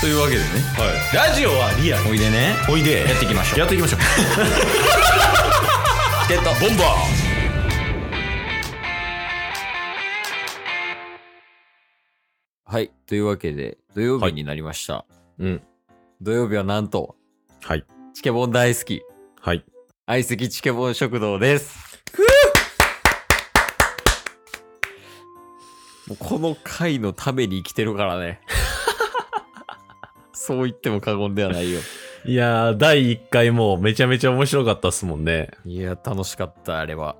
というわけでねラジオはリアルおいでねおいでやっていきましょうやっていきましょうチケットボンバーはいというわけで土曜日になりました、うん土曜日はなんとはいチケボン大好きはい相席チケボン食堂ですもうこの回のために生きてるから ねそう言っても過言ではないよいやー第1回もめちゃめちゃ面白かったっすもんねいや楽しかったあれは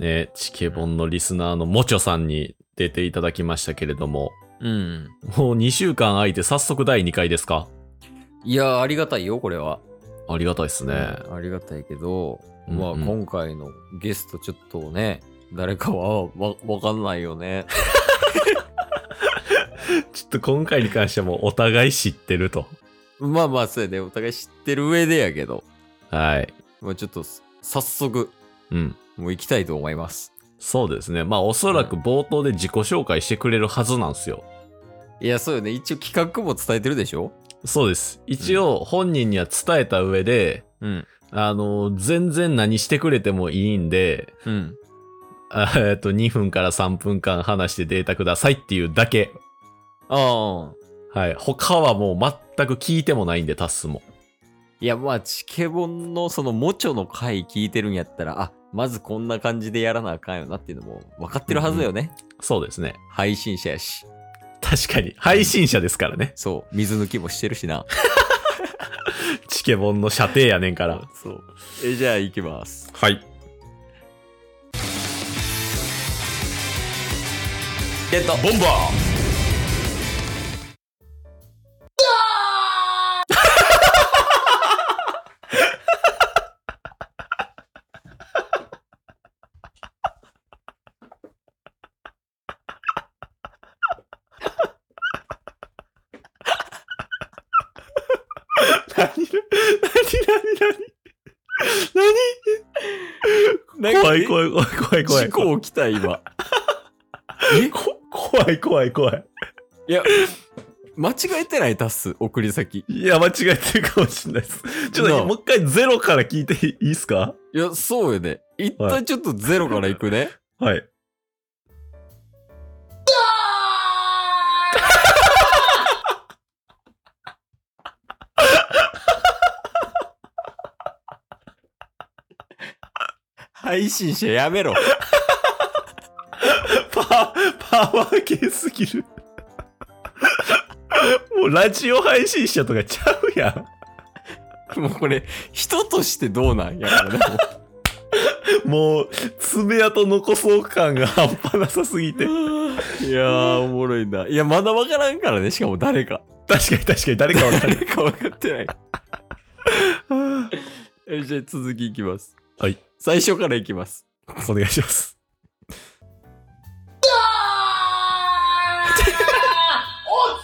ねチケボンのリスナーのもちょさんに出ていただきましたけれどもうんもう2週間空いて早速第2回ですかいやありがたいよこれはありがたいっすねありがたいけど、うんうんまあ今回のゲストちょっとね、誰かはわわかんないよね。ちょっと今回に関してはもうお互い知ってるとまあまあそうやね、お互い知ってる上でやけど、はいまあちょっとす早速、うんもう行きたいと思います。そうですねまあおそらく冒頭で自己紹介してくれるはずなんですよいや、そうよね、一応企画も伝えてるでしょそうです一応本人には伝えた上で、うん。あの全然何してくれてもいいんでうん。あえっと2分から3分間話してデータくださいっていうだけああ。はい他はもう全く聞いてもないんでタスもいや、まあ、チケボンのそのモチョの回聞いてるんやったら、あ、まずこんな感じでやらなあかんよなっていうのも分かってるはずよね。そうですね配信者やし。確かに配信者ですからねそう、水抜きもしてるしな。チケボンの射程やねんから そう。え、じゃあ行きます。はいゲットボンバー何何何何何怖い怖い怖い怖い怖い事故起きた今えこ怖い怖い怖い いや間違えてないタス送り先いや、間違えてるかもしれないです。ちょっなとあもう一回ゼロから聞いていいですかいやそうよね一は旦ちょっとゼロからいくね、はい。 配信者やめろパ、パワー系すぎる。もうラジオ配信者とかちゃうや ん。もうこれ人としてどうなんやからねももう、爪痕残そう感が半端なさすぎて。う いやーおもろいないやまだ分からんからねしかも誰 か確かに確かに誰かわかる。誰か分か ってないえじゃあ続きいきますはい最初からいきます お願いします。おつ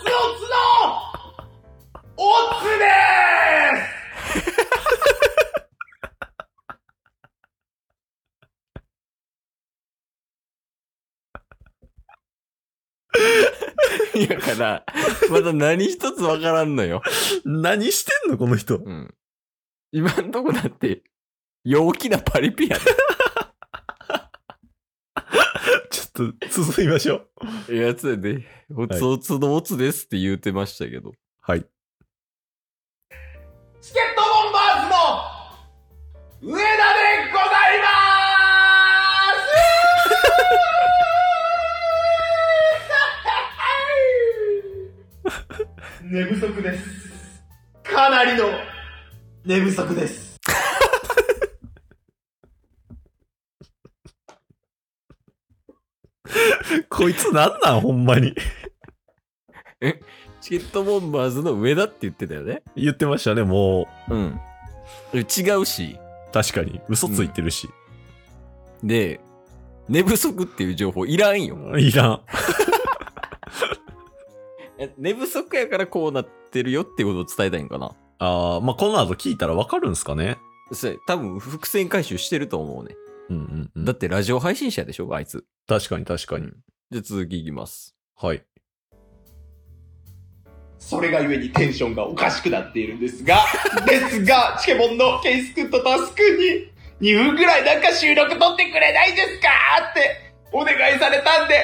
おつのおつでーすいやからまだ何一つ分からんのよ何してんのこのう人。ん。今んとこだって、陽気なパリピやちょっと、進みましょう。で。やつやで、おつおつのおつですって言うてましたけど。はい。チケットボンバーズの上田でございまーす寝不足です。かなりの寝不足です。こいつなんなんほんまに。チケットボンバーズの上だって言ってたよね。言ってましたね、もう。うん。違うし。確かに。嘘ついてるし。で、寝不足っていう情報いらんよ。もういらん。え寝不足やからこうなってるよってことを伝えたいんかな。ああ、まあ、この後聞いたらわかるんすかねそれ多分伏線回収してると思うね。うんうん、うだってラジオ配信者でしょ、あいつ。確かに確かに。じゃあ続きいきます。はい。それがゆえにテンションがおかしくなっているんですが、ですが、チケボンのケイス君とタス君に、2分ぐらいなんか収録撮ってくれないですかってお願いされたんで、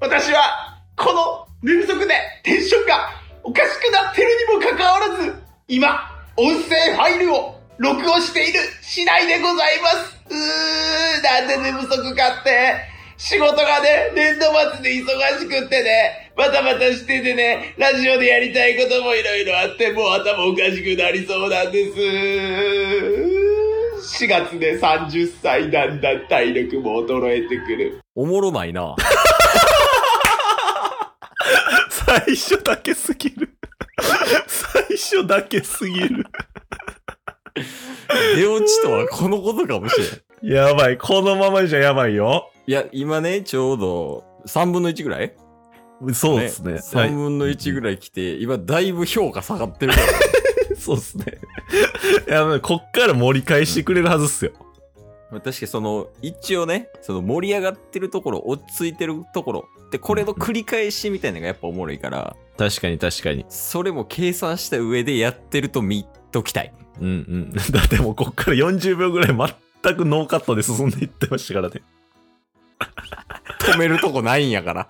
私は、この寝不足でテンションがおかしくなってるにもかかわらず、今、音声ファイルを録音している次第でございます。うー、なんで寝不足かって。仕事がね、年度末で忙しくってね、バタバタしててね、ラジオでやりたいこともいろいろあって、もう頭おかしくなりそうなんです。4月で30歳だんだん体力も衰えてくる。おもろない な。最初だけすぎる。 最初だけすぎる。出落ちとはこのことかも しれん。やばい。このままじゃやばいよ。いや、今ね、ちょうど3分の1ぐらいそうですね。はい3分の1ぐらい来て、今だいぶ評価下がってるから。 そうっすね。いや、こっから盛り返してくれるはずっすよ。まあ確かにその一応ねその盛り上がってるところ落ち着いてるところでこれの繰り返しみたいなのがやっぱおもろいから確かに確かに。それも計算した上でやってると見ときたいうんうん。 だってもうこっから40秒ぐらい全くノーカットで進んでいってましたからね。止めるとこないんやから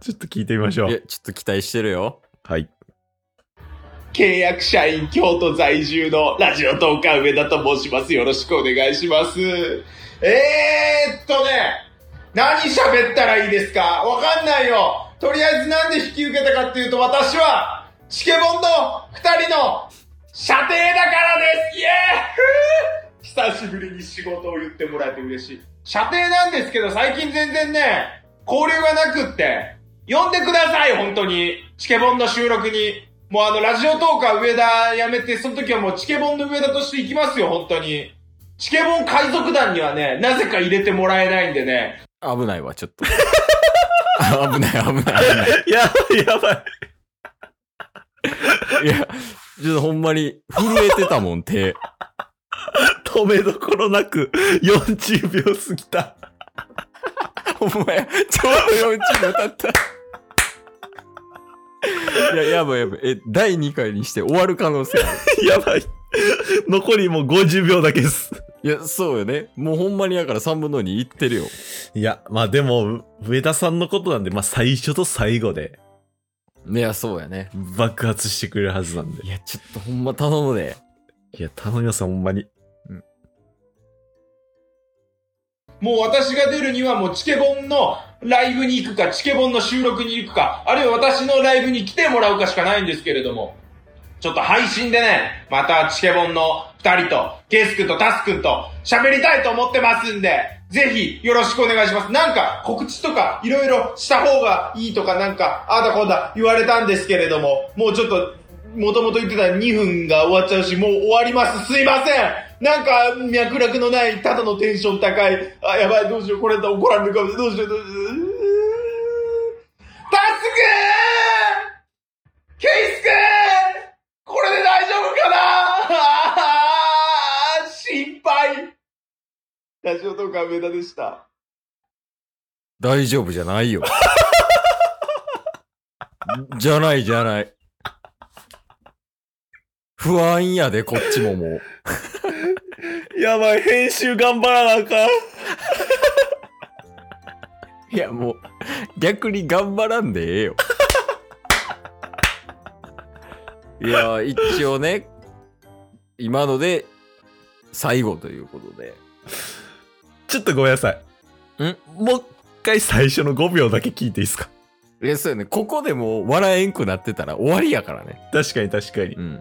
ちょっと聞いてみましょ いうや。ちょっと期待してるよはい。契約社員京都在住のラジオトーカー上田と申します。よろしくお願いします。えー、っとね、何喋ったらいいですかわかんないよ。とりあえずなんで引き受けたかっていうと私は、チケボンの二人の射程だからですイエーイ久しぶりに仕事を言ってもらえて嬉しい。射程なんですけど最近全然ね、交流がなくって、呼んでください、本当に。チケボンの収録に。もうあの、ラジオトーカー上田やめて、その時はもうチケボンの上田として行きますよ、本当に。チケボン海賊団にはね、なぜか入れてもらえないんでね。危ないわちょっと 危ない危ない危ないやばいやばい。いやちょっとほんまに震えてたもん 手止めどころなく40秒過ぎた。お前ちょうど4チーム当たった いややばいやばいえ第2回にして終わる可能性あるやばい。残りもう50秒だけです。いや、そうよね。もうほんまにやから3分の2いってるよ。いや、まあでも、上田さんのことなんで、まあ最初と最後でいや、そうやね。爆発してくれるはずなんで。いや、ちょっとほんま頼むで。いや、頼みますほんまに。もう私が出るにはもうチケボンのライブに行くか、チケボンの収録に行くか、あるいは私のライブに来てもらうかしかないんですけれども。ちょっと配信でね、またチケボンの二人と、ケイス君とタス君と喋りたいと思ってますんで、ぜひよろしくお願いします。なんか告知とかいろいろした方がいいとかなんか、ああだこうだ言われたんですけれども、もうちょっと、もともと言ってた2分が終わっちゃうし、もう終わります。すいませんなんか、脈絡のない、ただのテンション高い、あ、やばい、どうしよう、これだ、怒られるかもしれない、どうしよう、どうしよううー。タス君ケイスくんこれで大丈夫かなあー 心配ラジオトークは上田でした。大丈夫じゃないよ。 じゃないじゃない。不安やで、こっちももう。やばい、編集頑張らなあかん。いや、もう、逆に頑張らんでええよ。 いや、一応ね、今ので、最後ということで。ちょっとごめんなさい。んもう一回最初の5秒だけ聞いていいですかいや、そうよね。ここでもう笑えんくなってたら終わりやからね。確かに確かに。うん。い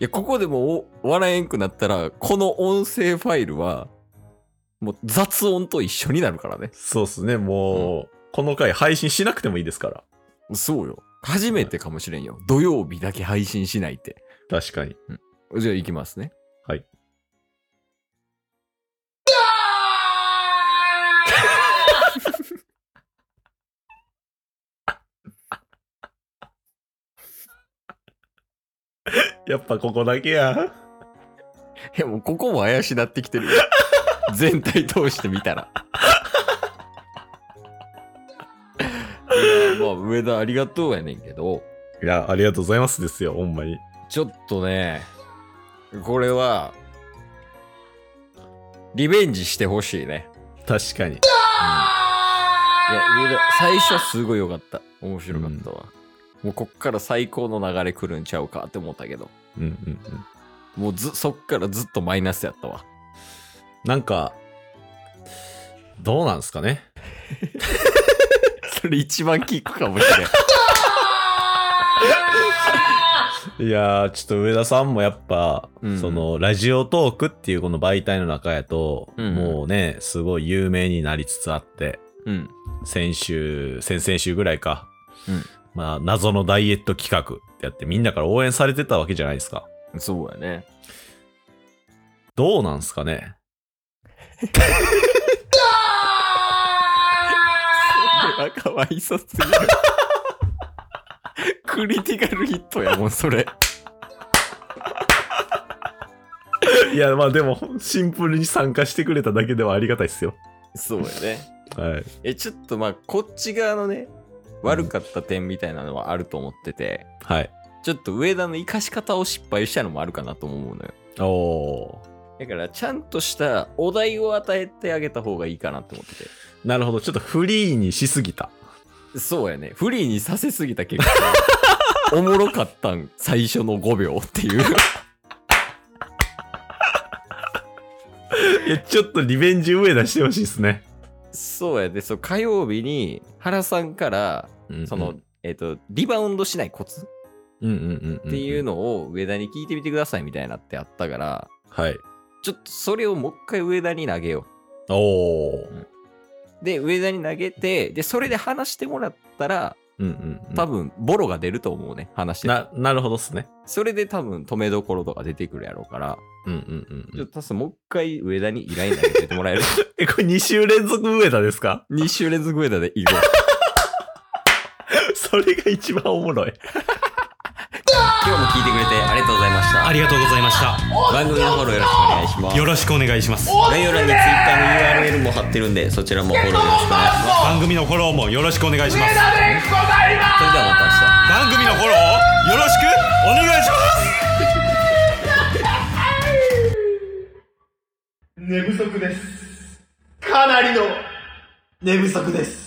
や、ここでもお笑えんくなったら、この音声ファイルは、もう雑音と一緒になるからね。そうっすね、もう、この回配信しなくてもいいですから。そうよ。初めてかもしれんよ。土曜日だけ配信しないって。確かに。じゃあ行きますね。やっぱここだけや。いや、もうここも怪しなってきて るよ。 全体通してみたら。いまあ、上田ありがとうやねんけど、いや、ありがとうございますですよ、ほんまに。ちょっとね、これは、リベンジしてほしいね。確かいに。や、上田、最初はすごい良かった。面白かったわ。もうこっから最高の流れ来るんちゃうかって思ったけど、うんうんうん。もうず、そっからずっとマイナスやったわ。なんか、どうなんですかね。それ一番効くかもしれん。いやー、ちょっと上田さんもやっぱ、うんその、ラジオトークっていうこの媒体の中やと、うんもうね、すごい有名になりつつあって、うん。先週、先々週ぐらいか、うんまあ、謎のダイエット企画ってやって、みんなから応援されてたわけじゃないですか。そうやね。どうなんすかねそれはかわいそすぎる。クリティカルヒットやもん、それ。いや、まあでも、シンプルに参加してくれただけではありがたいっすよ。そうやね。はい。え、ちょっとまあ、こっち側のね、悪かった点みたいなのはあると思ってて、はい。ちょっと上田の生かし方を失敗したのもあるかなと思うのよ。おだから、ちゃんとしたお題を与えてあげた方がいいかなと思ってー。なるほど。ちょっとフリーにしすぎた。て。そうやね。フリーにさせすぎた結 果、おもろかったん、最初の5秒っていう。いや、ちょっとリベンジ上出してほしいっすね。そうやで、そう、火曜日に原さんから、その、、えっ、と、リバウンドしないコツうんうんうんうん。っていう。のを上田に聞いてみてくださいみたいなってあったから、はい。ちょっとそれをもう一回上田に投げよおー。う。で、上田に投げて、で、それで話してもらったら、うんうん、うん。多分、ボロが出ると思うね、話して。な、なるほどっすね。それで多分、止めどころとか出てくるやろうから、うんうんちょっとタスもう一回上田に依頼投げて もらえる。え、これ2週連続上田ですか 2週連続上田で行こう。それが一番おもろい。今日も聞いてくれてありがとうございました。ありがとうございました。番組のフォローよろしくお願いしますよ。ろしくお願いします。概要欄に Twitter の URL も貼ってるんで、そちらもフォローよろしくお願いします。番組のフォローもよろしくお願いします。それではまた明番日。組のフォローをよろしくお願いします。寝不足です。かなりの寝不足です。